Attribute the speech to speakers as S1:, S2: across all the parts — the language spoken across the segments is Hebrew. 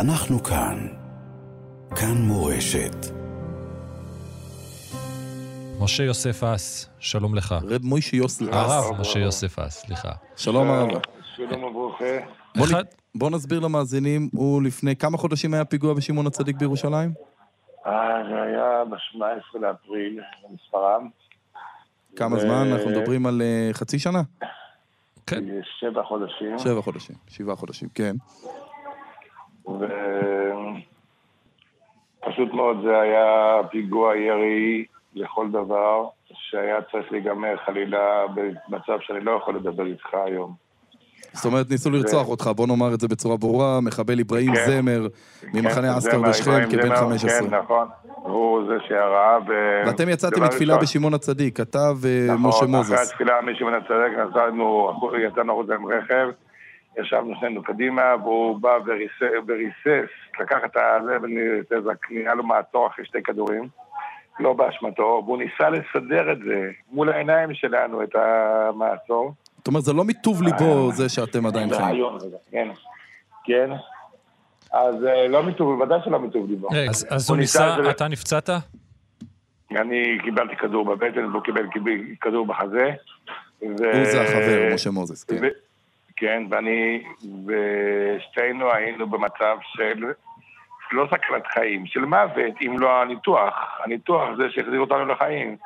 S1: אנחנו כאן. כאן מורשת.
S2: משה יוסף אס, שלום לך.
S3: לא,
S4: רב מוישה
S3: אה,
S4: יוסלס.
S2: הרב משה יוסף אס, סליחה.
S4: שלום הרב.
S3: שלום וברוכה.
S4: בוא נ-
S2: אחד-
S4: בוא נסביר למאזינים, הוא לפני כמה חודשים היה פיגוע בשמעון הצדיק בירושלים?
S3: אה, זה היה ב-18 לאפריל, במספרם.
S4: כמה
S3: אה,
S4: זמן? אנחנו מדברים על אה, חצי שנה?
S2: כן,
S3: שבע חודשים.
S4: שבע חודשים, שבעה חודשים, כן.
S3: ופשוט מאוד זה היה פיגוע ירי לכל דבר, שהיה צריך להיגמר חלילה במצב שאני לא יכול לדבר איתך היום.
S4: זאת אומרת, ניסו לרצוח אותך, בוא נאמר את זה בצורה ברורה, מחבל אברהים
S3: כן.
S4: זמר, ממחנה
S3: כן,
S4: אסתר
S3: זה מה-
S4: בשכם,
S3: זה
S4: כבן
S3: מה-
S4: 15.
S3: כן, נכון. הוא זה שהראה ב...
S4: ואתם יצאתם
S3: דבר
S4: לתפילה
S3: ראשון.
S4: בשמעון הצדיק, אתה
S3: נכון,
S4: ומשה
S3: אחרי
S4: אה, מוזס.
S3: התפילה מישהו מן הצדק, נסענו, החוצ- יצאנו החוצה עם רכב, ישבנו שנינו קדימה, והוא בא וריסס, וריסס לקח את הזה ונהיה לו מעצור אחרי שתי כדורים, לא באשמתו, והוא ניסה לסדר את זה מול העיניים שלנו, את המעצור.
S4: זאת אומרת, זה לא מטוב ליבו זה שאתם עדיין
S3: אה, זה
S4: חיים.
S3: היום, זה- כן. כן. אז אה, לא מטוב, בוודאי שלא מטוב ליבו.
S2: רגע, אז- אה, אז הוא ניסה,
S3: את זה-
S2: אתה נפצעת?
S3: אני קיבלתי כדור בבטן, והוא קיבל קיבל כדור בחזה.
S4: הוא זה החבר, משה מוזס, כן.
S3: אה, ו- כן, ואני, ושתינו היינו במצב של, לא סכנת חיים, של מוות, אם לא הניתוח. הניתוח זה שהחזיר אותנו לחיים.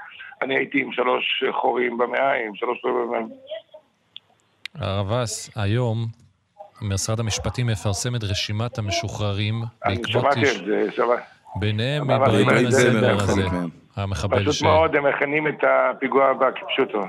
S3: אני הייתי עם שלוש חורים במעיים, שלוש חורים במעיים.
S2: הרב אס, היום משרד המשפטים מפרסם את רשימת המשוחררים
S3: אני
S2: בעקבות
S3: שמעתי
S2: איש,
S3: את זה, שמעתי.
S2: ביניהם
S3: אבל
S2: אברהים
S3: אברהים
S2: הזמר
S4: זמר,
S2: הזה,
S4: חלק מהם.
S2: המחבל ש...
S3: פשוט מאוד, הם מכינים את הפיגוע הבא כפשוטו.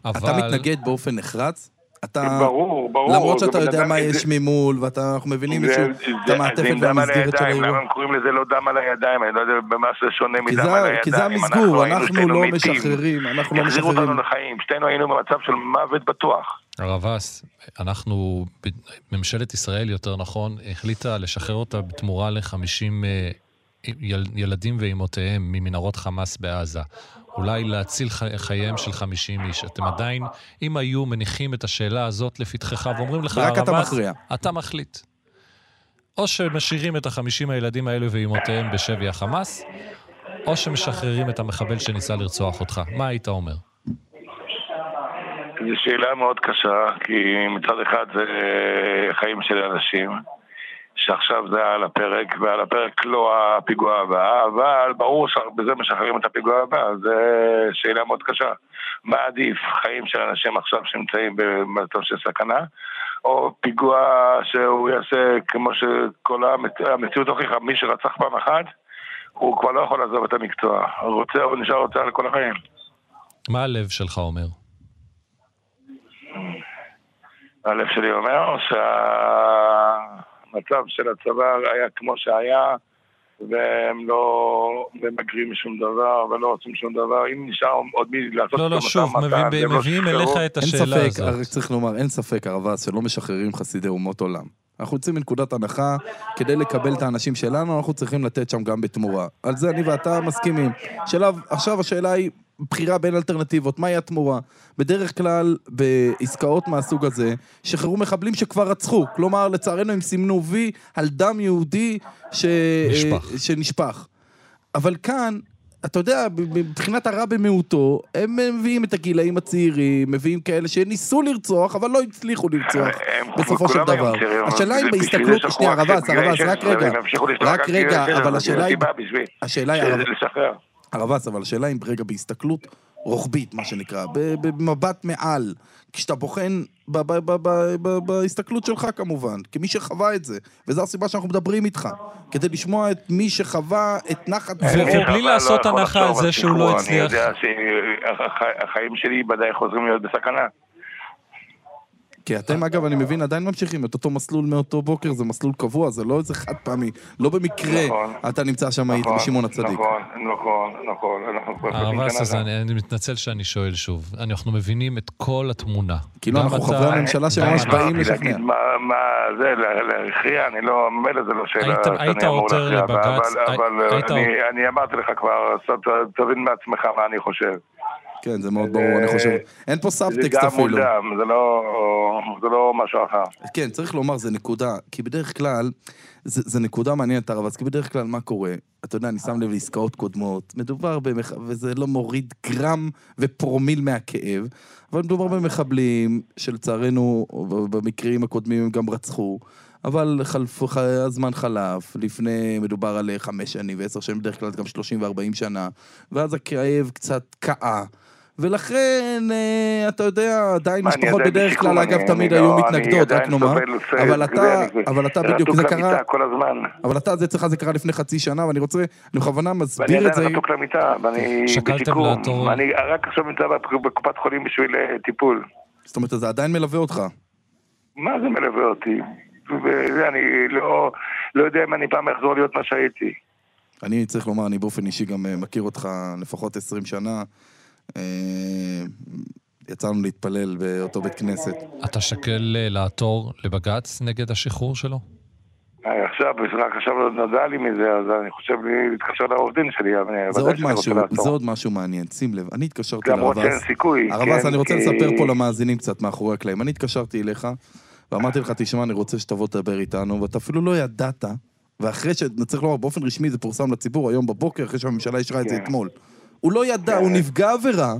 S4: אתה
S2: אבל
S4: מתנגד באופן נחרץ? אתה...
S3: ברור, ברור.
S4: אה, למרות שאתה
S3: זה בן
S4: יודע
S3: אדם-
S4: מה
S3: זה-
S4: יש ממול, ואנחנו מבינים
S3: זה-
S4: איזשהו...
S3: זה-
S4: את המעטפת
S3: זה עם דם על
S4: והמסגרת של
S3: הידיים,
S4: האירוע.
S3: למה הם קוראים לזה לא דם על הידיים? אני לא יודע במה זה שונה
S4: כי
S3: מדם
S4: זה-
S3: על הידיים.
S4: כי זה
S3: אנחנו
S4: המסגור,
S3: היינו
S4: אנחנו
S3: שנינו
S4: לא
S3: מתים.
S4: משחררים, אנחנו לא
S3: החזירו
S4: משחררים.
S3: אותנו לחיים, שתינו היינו במצב של מוות בטוח.
S2: הרב אס, אנחנו, ב- ממשלת ישראל, יותר נכון, החליטה לשחרר אותה בתמורה ל-50 יל, ילדים ואימותיהם ממנהרות חמאס בעזה. אולי להציל ח- חייהם של 50 איש. אתם עדיין, אם היו מניחים את השאלה הזאת לפתחך ואומרים לך,
S4: רק
S2: הרב
S4: אתה
S2: אס,
S4: מכריע."
S2: אתה מחליט. או שמשאירים את החמישים הילדים האלו ואימותיהם בשבי החמאס, או שמשחררים את המחבל שניסה לרצוח אותך. מה היית אומר?
S3: זו שאלה מאוד קשה, כי מצד אחד זה אה, חיים של אנשים, שעכשיו זה על הפרק, ועל הפרק לא הפיגוע הבא, אבל ברור שבזה משחררים את הפיגוע הבא, זו שאלה מאוד קשה. מה עדיף, חיים של אנשים עכשיו שנמצאים במצב של סכנה, או פיגוע שהוא יעשה כמו שכל המת- המציאות הוכיחה, מי שרצח פעם אחת, הוא כבר לא יכול לעזוב את המקצוע. הוא רוצה, הוא נשאר רוצה לכל החיים.
S2: מה הלב שלך אומר?
S3: הלב שלי אומר שהמצב של הצבא היה כמו שהיה והם לא ממגרים שום דבר ולא עושים שום דבר אם נשאר עוד מי לעשות
S2: לא, לא,
S3: משא
S2: שוב,
S3: ומתן,
S2: מביאים-
S3: והם לא
S2: מביאים
S3: שחררו.
S2: אליך את
S4: אין
S2: השאלה
S4: ספק, רק
S2: הזאת.
S4: צריך לומר, אין ספק, הרב אס, שלא משחררים חסידי אומות עולם. אנחנו יוצאים מנקודת הנחה, כדי לקבל את האנשים שלנו, אנחנו צריכים לתת שם גם בתמורה. על זה אני ואתה מסכימים. שאלה, עכשיו השאלה היא בחירה בין אלטרנטיבות, מהי התמורה? בדרך כלל, בעסקאות מהסוג הזה, שחררו מחבלים שכבר רצחו. כלומר, לצערנו הם סימנו וי על דם יהודי ש...
S2: נשפך.
S4: שנשפך. אבל כאן, אתה יודע, מבחינת הרע במיעוטו, הם מביאים את הגילאים הצעירים, מביאים כאלה שניסו לרצוח, אבל לא הצליחו לרצוח,
S3: הם-
S4: בסופו של
S3: כולם היו
S4: דבר.
S3: צעירים,
S4: השאלה
S3: אבל
S4: אם
S3: בשביל זה
S4: בהסתכלות,
S3: שחררו
S4: שנייה, הרב אס,
S3: אנשים
S4: הרב אס,
S3: בגילאי
S4: רק
S3: 16,
S4: רגע.
S3: והם ימשיכו לשלוח
S4: רק
S3: גילאי
S4: רגע,
S3: 16,
S4: אבל
S3: זה
S4: השאלה היא- אה,
S3: סיבה בשביל-
S4: השאלה היא,
S3: שזה
S4: הרב-
S3: לשחרר.
S4: הרב אס, אבל השאלה אם רגע בהסתכלות רוחבית, מה שנקרא, ב- במבט מעל, כשאתה בוחן ב- ב- ב- ב- ב- בהסתכלות שלך כמובן, כמי שחווה את זה, וזו הסיבה שאנחנו מדברים איתך, כדי לשמוע את מי שחווה את נחת
S2: ו-
S4: זרועו.
S2: ובלי
S3: אבל
S2: לעשות
S3: לא יכול
S2: הנחה
S3: לחשוב
S2: על זה שהוא לא
S3: שחרור.
S2: הצליח.
S3: אני יודע שהחיים שלי ודאי חוזרים להיות בסכנה.
S4: כי
S3: אה,
S4: אתם, אגב, אני מבין, עדיין ממשיכים את אותו מסלול מאותו בוקר, זה מסלול קבוע, זה לא איזה חד פעמי. לא במקרה
S3: נכון.
S4: אתה נמצא שם היית
S3: נכון,
S4: בשמעון הצדיק.
S3: נכון, נכון, נכון. אנחנו כבר
S2: הרב
S3: חוזרים
S2: אס, אה, אז
S3: כאן.
S2: אני אני מתנצל שאני שואל שוב. אנחנו מבינים את כל התמונה.
S4: כאילו
S2: גם
S4: אנחנו
S2: אתה-
S4: חברי הממשלה שממש
S2: גם
S4: באים
S2: אתה.
S3: אמרתי
S4: לשכנע.
S3: להגיד מה- מה זה, לה- להכריע, אני לא, מילא זה לא
S2: היית-
S3: שאלה שאני
S2: היית
S3: אמור
S2: עותר
S3: להכריע, בה,
S2: לבג"ץ,
S3: אבל-
S2: הי-
S3: אבל
S2: היית
S3: אני- אני אמרתי לך כבר, אז ת- תבין מעצמך מה אני חושב.
S4: כן, זה מאוד ברור, אני חושב. אין פה
S3: זה
S4: סאבטקסט
S3: גם
S4: אפילו.
S3: מול דם, זה לא, זה לא משהו אחר.
S4: כן, צריך לומר, זה נקודה, כי בדרך כלל, זה, זה נקודה מעניינת, הרב, אז כי בדרך כלל מה קורה? אתה יודע, אני שם לב לעסקאות קודמות, מדובר במח... וזה לא מוריד גרם ופרומיל מהכאב, אבל מדובר במחבלים שלצערנו, במקרים הקודמים הם גם רצחו, אבל חלף... ח... הזמן חלף, לפני מדובר על אה, חמש שנים ועשר שנים, בדרך כלל גם שלושים וארבעים שנה, ואז הכאב קצת קאה. ולכן, אה, אתה יודע, עדיין
S3: מה, אני
S4: משפחות
S3: עדיין
S4: בדרך כלל,
S3: בשיקום,
S4: אגב,
S3: אני-
S4: תמיד
S3: אני
S4: היו
S3: לא- אני
S4: מתנגדות, רק
S3: עדיין
S4: נאמר.
S3: סובל, סובל,
S4: אבל אתה,
S3: אני-
S4: אבל אתה בדיוק, זה
S3: רתוק
S4: קרה,
S3: למיטה כל הזמן.
S4: אבל אתה, זה אצלך זה קרה לפני חצי שנה, ואני רוצה, אני בכוונה
S3: ואני
S4: מסביר את זה.
S3: עדיין רתוק למיטה, ואני
S2: שקלתם לעתור-
S3: בשיקום. אני רק עכשיו נמצא בק- בקופת חולים בשביל אה, טיפול.
S4: זאת אומרת, זה עדיין מלווה אותך.
S3: מה זה מלווה אותי? וזה, אני לא, לא יודע אם אני פעם אחזור להיות מה שהייתי.
S4: אני צריך לומר, אני באופן אישי גם אה, מכיר אותך לפחות 20 שנה. אה, יצאנו להתפלל באותו בית כנסת.
S2: אתה שקל אה, לעתור לבג"ץ נגד השחרור שלו?
S3: אה, עכשיו, רק עכשיו לא נודע לי מזה, אז אני חושב לי להתקשר לעורך דין שלי, אבל
S4: זה
S3: ודאי
S4: עוד
S3: שאני רוצה
S4: משהו, זה
S3: לעצור.
S4: עוד משהו מעניין, שים לב, אני התקשרתי
S3: למרות שאין
S4: לרבס.
S3: סיכוי.
S4: הרב
S3: כן,
S4: אס, אני רוצה
S3: כי-
S4: לספר פה למאזינים קצת מאחורי הקלעים. אני התקשרתי אליך, ואמרתי לך, תשמע, אני רוצה שתבוא לדבר איתנו, ואתה אפילו לא ידעת, ואחרי ש... צריך לומר, באופן רשמי זה פורסם לציבור היום בבוקר, אחרי שהממשלה אישרה את זה
S3: כן.
S4: אתמול. הוא לא ידע, הוא נפגע עבירה.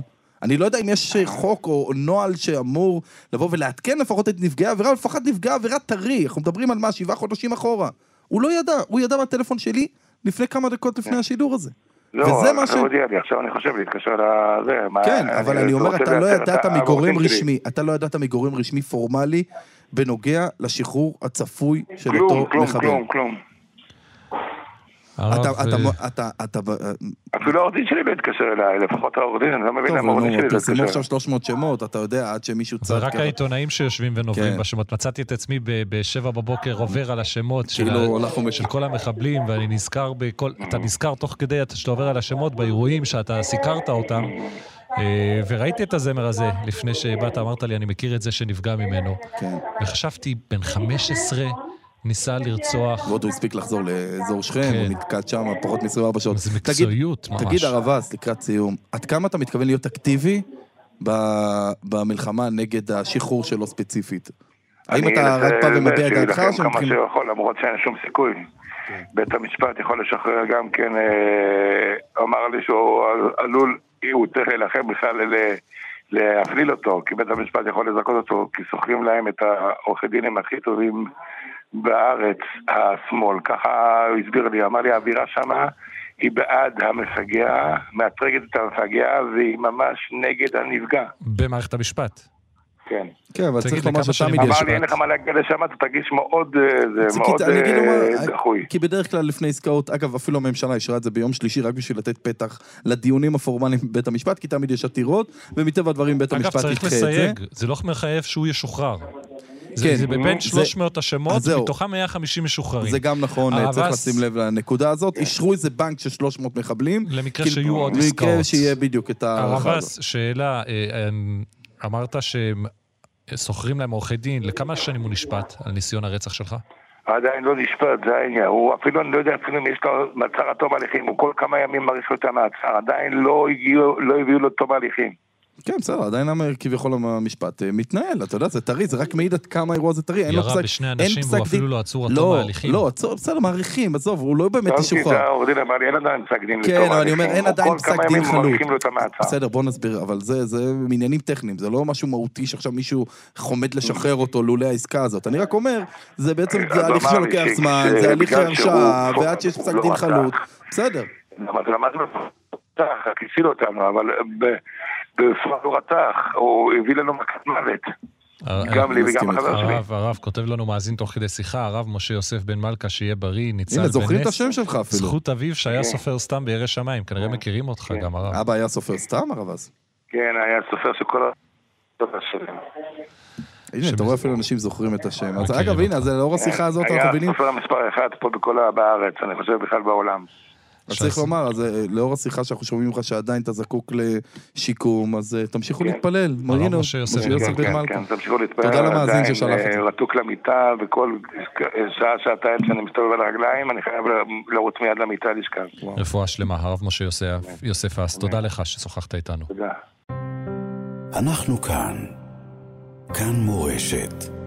S4: אני לא יודע אם יש אה, חוק או נוהל שאמור לבוא ולעדכן לפחות את נפגעי העבירה, אבל לפחות נפגע עבירה טרי. אנחנו מדברים על מה, שבעה חודשים אחורה. הוא לא ידע, הוא ידע מהטלפון שלי לפני כמה דקות
S3: כן.
S4: לפני השידור הזה.
S3: לא,
S4: וזה
S3: עכשיו
S4: מה ש-
S3: הודיע לי, עכשיו אני חושב להתקשר לזה. מה-
S4: כן, אבל אני אומר,
S3: אה, רוצה
S4: אתה לא
S3: לעדכן את
S4: ידעת
S3: העורך
S4: מגורם
S3: דין שלי.
S4: רשמי, אתה לא ידעת מגורם רשמי פורמלי בנוגע לשחרור הצפוי של
S3: כלום,
S4: אותו
S3: כלום,
S4: מחבל.
S3: כלום, כלום.
S2: הרב,
S4: אתה, אתה,
S2: אה,
S4: אתה, אתה, אתה,
S3: אפילו העורך דין שלי לא התקשר אליי, לפחות העורך דין, אני לא מבין
S4: טוב,
S3: למה
S4: נו,
S3: העורך דין שלי לא
S4: פרסמו
S3: התקשר.
S4: עכשיו 300 שמות, אתה יודע, עד שמישהו
S2: זה
S4: צעק
S2: רק
S4: ככה.
S2: העיתונאים שיושבים ונוברים
S4: כן.
S2: בשמות. מצאתי את עצמי ב- בשבע בבוקר עובר על השמות של
S4: כאילו,
S2: ה-
S4: אנחנו מש-
S2: של כל המחבלים, ואני נזכר בכל... אתה נזכר תוך כדי אתה- שאתה עובר על השמות באירועים שאתה סיקרת אותם, אה, וראיתי את הזמר הזה לפני שבאת, אמרת לי, אני מכיר את זה שנפגע ממנו.
S4: כן.
S2: וחשבתי, בן 15 ניסה לרצוח.
S4: ועוד הוא הספיק לחזור לאזור שכם,
S2: כן.
S4: הוא נתקע שם פחות מ-24 שעות.
S2: זה
S4: תגיד,
S2: מקצועיות ממש.
S4: תגיד, הרב אס, לקראת סיום, עד כמה אתה מתכוון להיות אקטיבי ב- במלחמה נגד השחרור שלו ספציפית? האם
S3: אני אה,
S4: אתה
S3: אנסה
S4: רק בא ומביע
S3: להילחם
S4: דעתך, או כן.
S3: כמה
S4: שמבחינת...
S3: שיכול, למרות שאין שום סיכוי. בית המשפט יכול לשחרר גם כן, אה, אמר לי שהוא עלול, הוא צריך להילחם בכלל ל- להפליל אותו, כי בית המשפט יכול לזכות אותו, כי שוכרים להם את העורכי דינים הכי טובים בארץ, השמאל. ככה הוא הסביר לי, אמר לי, האווירה שמה היא בעד המפגע, מאתרגת את המפגע, והיא ממש נגד הנפגע.
S2: במערכת המשפט.
S3: כן.
S4: כן, אבל
S2: תגיד,
S4: צריך לומר
S2: לכמה שנים
S4: שתמיד יש...
S3: אמר לי
S2: משפט.
S3: אין לך מה להגיע לשם, אתה תרגיש מאוד, אה, זה
S4: כי-
S3: מאוד
S4: אני אגיד לו
S3: אה,
S4: מה,
S3: דחוי.
S4: כי בדרך כלל לפני עסקאות, אגב, אפילו הממשלה אישרה את זה ביום שלישי רק בשביל לתת פתח לדיונים הפורמליים בבית המשפט, כי תמיד יש עתירות, ומטבע הדברים בית
S2: אגב,
S4: המשפט
S2: צריך
S4: ידחה את זה.
S2: לסייג, זה לא מחייב שהוא ישוחרר.
S4: כן,
S2: זה, זה
S4: זה-
S2: בבין 300 השמות,
S4: אז זהו.
S2: מתוכם 150 משוחררים. אה,
S4: זה גם נכון,
S2: הרב
S4: צריך
S2: אס-
S4: לשים לב לנקודה הזאת. אישרו איזה בנק של 300 מחבלים.
S2: אה, למקרה
S4: כאילו,
S2: שיהיו עוד
S4: למקרה
S2: עסקאות.
S4: שיהיה בדיוק את ההערכה הזאת.
S2: הרבס, שאלה, אה, אמ, אמרת שהם שוכרים להם עורכי דין, לכמה שנים הוא נשפט על ניסיון הרצח שלך?
S3: עדיין לא נשפט, זה העניין. הוא אפילו, אני לא יודע אפילו אם יש לו מעצר עד תום הליכים, הוא כל כמה ימים מאריך לו את המעצר, עדיין לא הגיעו, לא הביאו לו תום הליכים.
S4: כן, בסדר, עדיין המ- כביכול המשפט אה, מתנהל, אתה יודע, זה טרי, זה רק מעיד עד כמה האירוע הזה טרי. אין לו
S2: ירה
S4: פסק-
S2: בשני
S4: אין
S2: אנשים
S4: פסק
S2: והוא אפילו
S4: דין-
S2: לא עצור עד תום
S4: לא,
S2: ההליכים.
S4: לא, עצור, בסדר, מעריכים, עזוב, הוא לא באמת
S3: טענתי,
S4: ישוחרר.
S3: זה העורך דין אמר לי, אין עדיין פסק דין
S4: כן,
S3: לתום
S4: אבל אני אומר,
S3: ההליכים.
S4: אין
S3: הוא
S4: עדיין
S3: כל
S4: פסק
S3: כמה
S4: דין
S3: ימים
S4: חלוט.
S3: מאריכים לו את המעצר.
S4: בסדר, בוא נסביר, אבל זה, זה עניינים טכניים, זה לא משהו מהותי שעכשיו מישהו חומד לשחרר אותו לולא העסקה הזאת. אני רק אומר, זה בעצם,
S3: אז
S4: זה
S3: הוא
S4: הליך
S3: אמר לי
S4: שלוקח
S3: ש-
S4: זמן,
S3: ש-
S4: זה הליך
S3: בגלל שהוא-
S4: הרשעה, ועד שיש פסק
S3: לא
S4: דין
S3: רצח.
S4: חלוט. בסדר,
S3: אבל למדנו רצח, רק הציל אותנו, אבל ב- בפרט הוא רצח, הוא הביא לנו מכת מוות,
S2: אה,
S3: גם לי
S4: מסכים
S3: וגם החבר שלי.
S2: הרב, הרב כותב לנו מאזין תוך כדי שיחה, הרב משה יוסף בן מלכה, שיהיה בריא, ניצל
S4: הנה,
S2: בנס.
S4: זוכרים את השם שלך אפילו. כן.
S2: זכות אביו שהיה סופר סתם בירא שמיים, כנראה מכירים אותך גם, הרב.
S4: אבא היה סופר סתם, הרב אז.
S3: כן, היה סופר שכל ה... זאת השם.
S4: הנה, אתה רואה אפילו אנשים זוכרים את השם. אז
S2: מכירים
S4: אגב, הנה, זה לאור השיחה הזאת, אנחנו מבינים,
S3: היה הסופר המספר אחד פה בכל ה- בארץ, אני חושב בכלל בעולם.
S4: אז צריך לומר, אז אה, לאור השיחה שאנחנו שומעים לך שעדיין אתה זקוק לשיקום, אז אה, תמשיכו
S3: כן.
S4: להתפלל. מרינו,
S2: משה יוסף.
S4: משה
S2: כן,
S4: יוסף
S3: כן,
S4: בן
S3: כן,
S4: מלכה.
S3: כן, תמשיכו להתפלל.
S4: תודה למאזין
S3: עדיין,
S4: ששלח את זה.
S3: אה, רתוק למיטה, וכל שעה, שעתיים שאני מסתובב על הרגליים, אני חייב ל- לרוץ מיד למיטה לשכב.
S4: כן.
S2: רפואה שלמה, הרב משה יוסף- יוסף אס, תודה לך ששוחחת איתנו.
S3: תודה.
S1: אנחנו כאן. כאן מורשת.